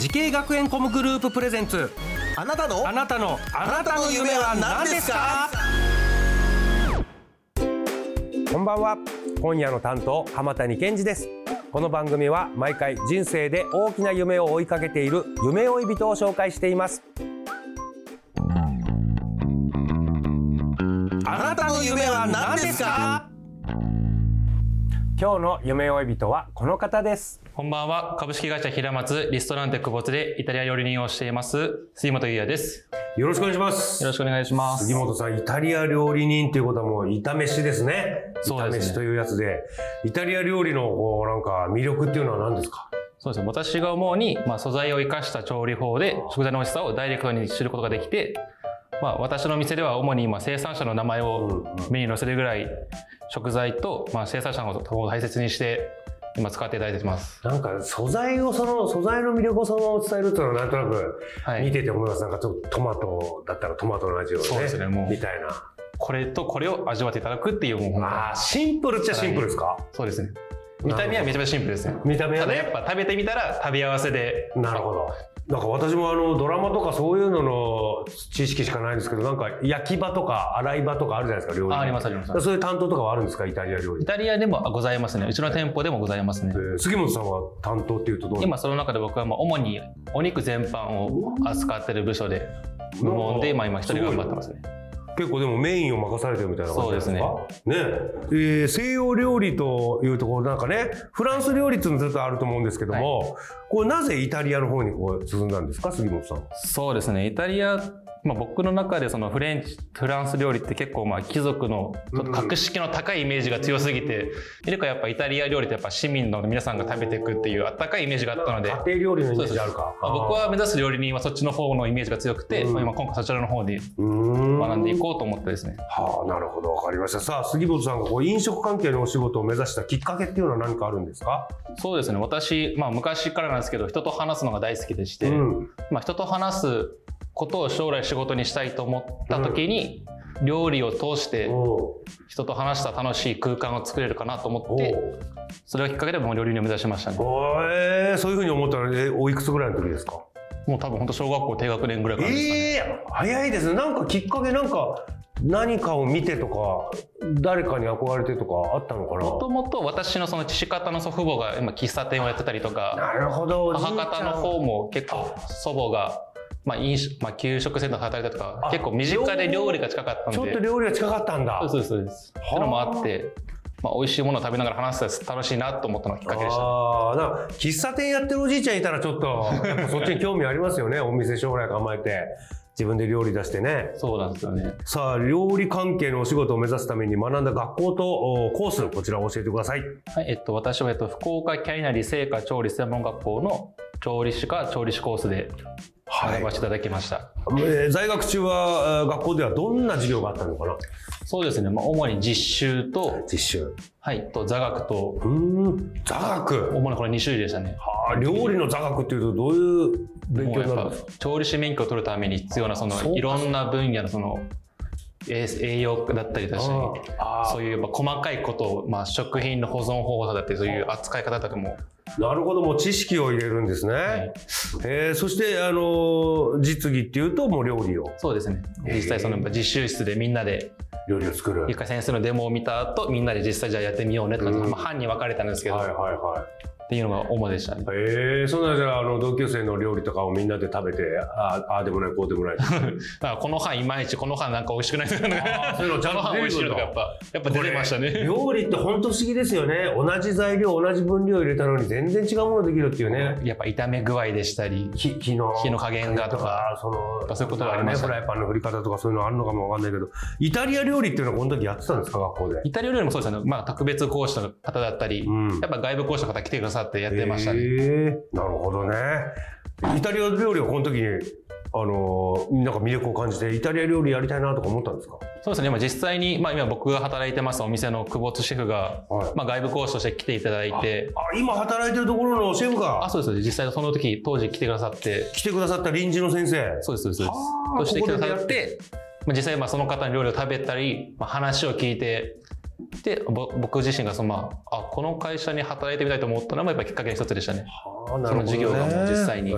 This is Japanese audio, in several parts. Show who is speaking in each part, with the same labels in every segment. Speaker 1: 時系学園コムグループプレゼンツ
Speaker 2: あなたの
Speaker 1: あなたのあなたの夢は何ですかこんばんは今夜の担当浜谷健二ですこの番組は毎回人生で大きな夢を追いかけている夢追い人を紹介しています
Speaker 2: あなたの夢は何ですか
Speaker 1: 今日の夢追い人はこの方です
Speaker 3: こんばんは。株式会社平松リストランテ久保津でイタリア料理人をしています、杉本優也です。
Speaker 1: よろしくお願いします
Speaker 3: よろしくお願いします。
Speaker 1: 杉本さん、イタリア料理人ということはもう、炒飯ですね。
Speaker 3: そうで
Speaker 1: 炒
Speaker 3: すね
Speaker 1: 飯というやつで、イタリア料理のこうなんか魅力っていうのは何ですか
Speaker 3: そうですね。私が思うに、まあ、素材を生かした調理法で食材の美味しさをダイレクトに知ることができて、まあ、私の店では主に今生産者の名前をメニューに載せるぐらい食材と、まあ、生産者のことを大切にして今使っていただいてます。
Speaker 1: なんか素材をその、素材の魅力をそのまま伝えるっていうのはなんとなく
Speaker 3: は
Speaker 1: 見
Speaker 3: い。
Speaker 1: てて思います。なんかちょっとトマトだったらトマトの味をね。
Speaker 3: そうですねもう
Speaker 1: みたいな。
Speaker 3: これとこれを味わっていただくっていうもう本当に
Speaker 1: ああ、シンプルっちゃシンプルですか
Speaker 3: そうですね。見た目はめちゃめちゃシンプルですね。
Speaker 1: 見た目
Speaker 3: た
Speaker 1: は
Speaker 3: だやっ
Speaker 1: ね。
Speaker 3: ぱ食べてみたら食べ合わせで。
Speaker 1: なるほど。なんか私もあのドラマとかそういうのの知識しかないんですけど、なんか焼き場とか洗い場とかあるじゃないですか、料理の。
Speaker 3: あありますあります。
Speaker 1: そういう担当とかはあるんですかイタリア料理
Speaker 3: イ。タリアでもございますね。うちの店舗でもございますね
Speaker 1: え。ー杉本さんは担当っていうとどう
Speaker 3: 今その中で僕はまあ主にお肉全般を扱ってる部署で部門でまあ今一人頑張ってますね。
Speaker 1: 結構でもメインを任されてるみたいな感じなんか
Speaker 3: そ
Speaker 1: ねええー西洋料理というところなんかねフランス料理っていうのずっとあると思うんですけども、これなぜイタリアの方にこう進んだんですか杉本さん。
Speaker 3: そうですね。イタリアまあ僕の中でそのフレンチフランス料理って結構まあ貴族のちょっと格式の高いイメージが強すぎて、いるかやっぱイタリア料理ってやっぱ市民の皆さんが食べていくっていうあったかいイメージがあったので。
Speaker 1: 家庭料理のイメージあるか。
Speaker 3: まあ僕は目指す料理人はそっちの方のイメージが強くて、
Speaker 1: うん
Speaker 3: まあ今今回そちらの方で
Speaker 1: うーん
Speaker 3: 学んでいこうと思ってですね。
Speaker 1: はあ、なるほど、わかりました。さあ、杉本さんがこう飲食関係のお仕事を目指したきっかけっていうのは何かあるんですか。
Speaker 3: そうですね私、まあ、昔からなんですけど人と話すのが大好きでして、
Speaker 1: うん、
Speaker 3: まあ、人と話すことを将来仕事にしたいと思った時に、料理を通して
Speaker 1: おう
Speaker 3: 人と話した楽しい空間を作れるかなと思っ
Speaker 1: お
Speaker 3: て
Speaker 1: う
Speaker 3: それがきっかけでもう料理人を目指しましたね
Speaker 1: おーえーそういうふうに思ったら、えおいくつぐらいの時ですか
Speaker 3: もう多分本当小学校低学年ぐらいからですかね、
Speaker 1: ええ早いですねなんかきっかけなんか何かを見てとか誰かに憧れてとかあったのか
Speaker 3: もともと私のその父方の祖父母が今喫茶店をやってたりと
Speaker 1: な
Speaker 3: か
Speaker 1: なるほどおじいちゃ
Speaker 3: 母
Speaker 1: ん
Speaker 3: 方の方も結構祖母が、まあ飲食まあ、給食センターで働いたりとか
Speaker 1: あ
Speaker 3: 結構身近で料理が近かったんで
Speaker 1: ちょっと料理が近かったんだ
Speaker 3: そうですそうです。そう
Speaker 1: はあ
Speaker 3: いうのもあって、まあ、美味しいものを食べながら話すのは楽しいなと思ったのがきっかけでした。
Speaker 1: ああなんか喫茶店やってるおじいちゃんいたらちょっとやっぱそっちに興味ありますよねお店将来構えて自分で料理出してね
Speaker 3: そうなんですよね。
Speaker 1: さあ料理関係のお仕事を目指すために学んだ学校とおコースこちらを教えてください
Speaker 3: はい、えっと、私は、えっと、福岡キャリナリ製菓調理専門学校の調理師か調理師コースで学ばせていただきました。
Speaker 1: えー在学中はえー学校ではどんな授業があったのかな
Speaker 3: そうですね。まあ、主に実習と、
Speaker 1: 実習
Speaker 3: はい、と座学と、
Speaker 1: うーん座学
Speaker 3: 主にこの2種類でしたね。
Speaker 1: はあ、料理の座学っていうとどういう勉強にな
Speaker 3: も
Speaker 1: るん
Speaker 3: う
Speaker 1: で
Speaker 3: や
Speaker 1: す
Speaker 3: っ
Speaker 1: か
Speaker 3: ぱ調理師免許を取るために必要な、そ
Speaker 1: そう
Speaker 3: の、
Speaker 1: か
Speaker 3: いろんな分野の、その、栄栄養だったりだし、
Speaker 1: ああ
Speaker 3: そういうやっぱ細かいことを、まあ、食品の保存方法だったり、そういう扱い方とかも
Speaker 1: なるほどもう知識を入れるんですね、
Speaker 3: い
Speaker 1: えーそして、あのー実技っていうともう料理を
Speaker 3: そうですね。
Speaker 1: へー
Speaker 3: 実際その実習室でみんなで、
Speaker 1: 料理を作るはい
Speaker 3: ゆか先生のデモを見た後、みんなで実際じゃあやってみようねとか、
Speaker 1: うん
Speaker 3: まあ、班に分かれたんですけど、
Speaker 1: はい
Speaker 3: っ
Speaker 1: は
Speaker 3: ていうのが主でしたね。
Speaker 1: いえー、そんなじゃああの同級生の料理とかをみんなで食べてあああでもないこうでも ない
Speaker 3: だからこの班いまいち、この班なんか美味しくな いとか、
Speaker 1: そういうのちゃん
Speaker 3: ことの 班美味しいのとかやっぱ、やっぱ出てましたね。
Speaker 1: 料理って本当不思議ですよね同じ材料同じ分量入れたのに全然違うものできるっていうね
Speaker 3: やっぱ炒め具合でしたり、
Speaker 1: 火火の
Speaker 3: 火の加減がとか
Speaker 1: その
Speaker 3: そういうことがありました
Speaker 1: ねフライパンの振り方とかそういうのあるのかもわかんないけどイタリア料理っていうのはこの時やってたんですか学校で
Speaker 3: イタリア料理もそうですよね。まあ特別講師の方だったり、
Speaker 1: うん
Speaker 3: やっぱ外部講師の方来てくだささってやってました
Speaker 1: へ
Speaker 3: ね。
Speaker 1: えなるほどね。イタリア料理はこの時に、あのーなんか魅力を感じて、イタリア料理やりたいなとか思ったんですか
Speaker 3: そうですね、まあ、実際に、まあ、今僕が働いてますお店の久保津シェフが、
Speaker 1: はい
Speaker 3: まあ、外部講師として来ていただいて、
Speaker 1: あ、今働いてるところのシェフ
Speaker 3: あ
Speaker 1: が
Speaker 3: そうです、実際その時、当時来てくださって、
Speaker 1: 来てくださった臨時の先生。
Speaker 3: そうです、そうですそうで
Speaker 1: はあ
Speaker 3: す。として来てくださ
Speaker 1: ここ
Speaker 3: っ
Speaker 1: で出
Speaker 3: て、まあ、実際まあその方の料理を食べたり、まあ、話を聞いて、で、ぼ僕自身がその、まあ、あ、この会社に働いてみたいと思ったのもやっぱりきっかけの一つでしたね。
Speaker 1: あーなるほどね
Speaker 3: その授業がもう実際に
Speaker 1: へ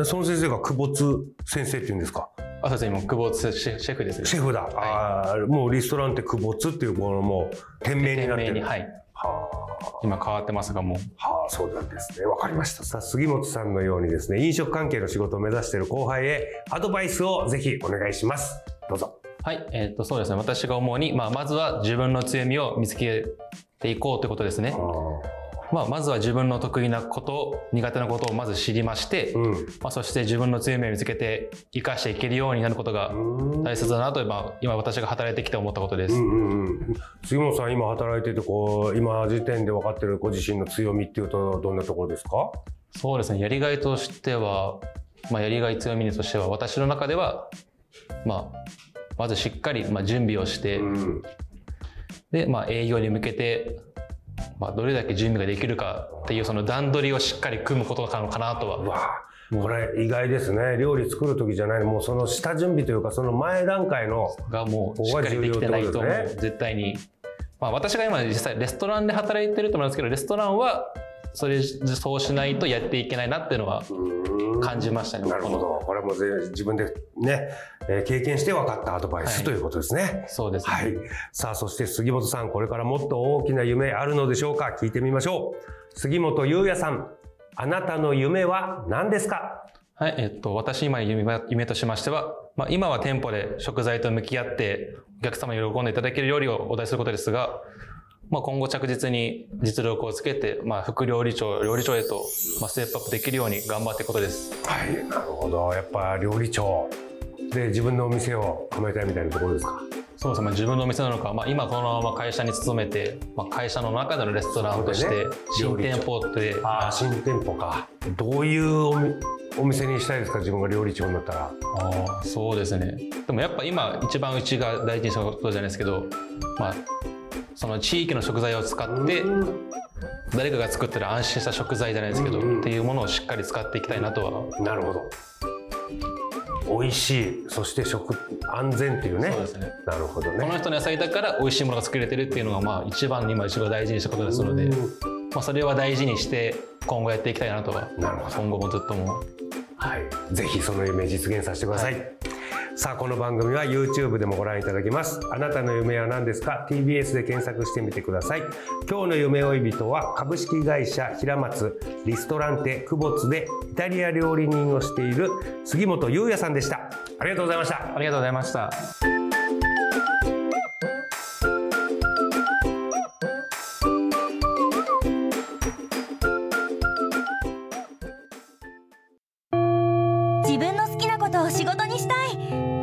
Speaker 1: えその先生が久保津先生っていうんですか。
Speaker 3: あ、そうですね、今久保津シェシェフですね。
Speaker 1: シェフだ。あーもうリストランテ久保津っていうこのもう店名になって
Speaker 3: 店
Speaker 1: る。
Speaker 3: 名に、はい。
Speaker 1: はあ
Speaker 3: 今変わってますが、もう。
Speaker 1: はあ、そうなんですね。わかりました。さあ、杉本さんのようにですね、飲食関係の仕事を目指している後輩へ、アドバイスをぜひお願いします。どうぞ。
Speaker 3: はい、えっとそうですね私が思うに、まあ、まずは自分の強みを見つけていこうということですね、まあ、まずは自分の得意なこと苦手なことをまず知りまして、
Speaker 1: う
Speaker 3: まあ、そして自分の強みを見つけて生かしていけるようになることが
Speaker 1: ん。
Speaker 3: 大切だなと今今私が働いてきて思ったことで
Speaker 1: う
Speaker 3: す、
Speaker 1: んうんうん。杉本さん、今働いてて、こう、今時点で分かってるご自身の強みっていうと、どんなところですか
Speaker 3: そうですねやりがいとしては、まあ、やりがい強みとしては私の中では、まあ、まずしっかり、まあ、準備をして、
Speaker 1: ん。
Speaker 3: で、まあ、営業に向けて、まあ、どれだけ準備ができるかっていうその段取りをしっかり組むことなのかなと
Speaker 1: う
Speaker 3: は
Speaker 1: わあこれ意外ですね。料理作る時じゃない、もうその下準備というか、その前段階の、
Speaker 3: がもう
Speaker 1: こ
Speaker 3: し
Speaker 1: こ
Speaker 3: っ
Speaker 1: が
Speaker 3: かり
Speaker 1: 重要って
Speaker 3: できて
Speaker 1: こ
Speaker 3: ない
Speaker 1: と
Speaker 3: と
Speaker 1: ですね
Speaker 3: もう絶対に、まあ、私が今実際レストランで働いてると思うんですけどレストランはそれそうしないとやっていけないなっていうのは感じましたね
Speaker 1: なるほど。これもぜ自分でね、えー経験して分かったアドバイス、
Speaker 3: はい
Speaker 1: ということですね。
Speaker 3: そうですね、
Speaker 1: はい。さあ、そして杉本さん、これからもっと大きな夢あるのでしょうか聞いてみましょう。杉本裕也さん、あなたの夢は何ですか
Speaker 3: はい、えっと、私今の夢は夢としましては、まあ、今は店舗で食材と向き合って、お客様に喜んでいただける料理をお題することですが、まあ、今後着実に実力をつけて、まあ、副料理長、料理長へと、まあ、ステップアップできるように頑張っていくことです。
Speaker 1: はい、なるほど。やっぱ料理長。で、自分のお店を構えたいみたいなところですか
Speaker 3: そうですね、まあ自分のお店なのか、まあ、今このまま会社に勤めて、まあ、会社の中でのレストランとし
Speaker 1: そうだ
Speaker 3: て
Speaker 1: ね、
Speaker 3: 新店舗って、
Speaker 1: ああ、新店舗か。どういうおみお店にしたいですか自分が料理長になったら。
Speaker 3: あーそうですねでもやっぱ今一番うちが大事にしたことじゃないですけどまあその地域の食材を使って誰かが作ったら安心した食材じゃないですけど、
Speaker 1: うんうん
Speaker 3: っていうものをしっかり使っていきたいなとは、
Speaker 1: なるほど。美味しい、そして食、安全っていうね。
Speaker 3: そうですね
Speaker 1: なるほどね。
Speaker 3: この人の野菜だから美味しいものが作れてるっていうのがまあ一番今一番大事にしたことですので、
Speaker 1: うん
Speaker 3: まあ、それは大事にして今後やっていきたいなとは
Speaker 1: なるほど
Speaker 3: 今後もずっとも
Speaker 1: はい、ぜひその夢実現させてください、さあこの番組は YouTube でもご覧いただけますあなたの夢は何ですか TBS で検索してみてください今日の夢追い人は株式会社平松リストランテ久保津でイタリア料理人をしている杉本裕也さんでしたありがとうございました
Speaker 3: ありがとうございました。
Speaker 4: 自分の好きなことを仕事にしたい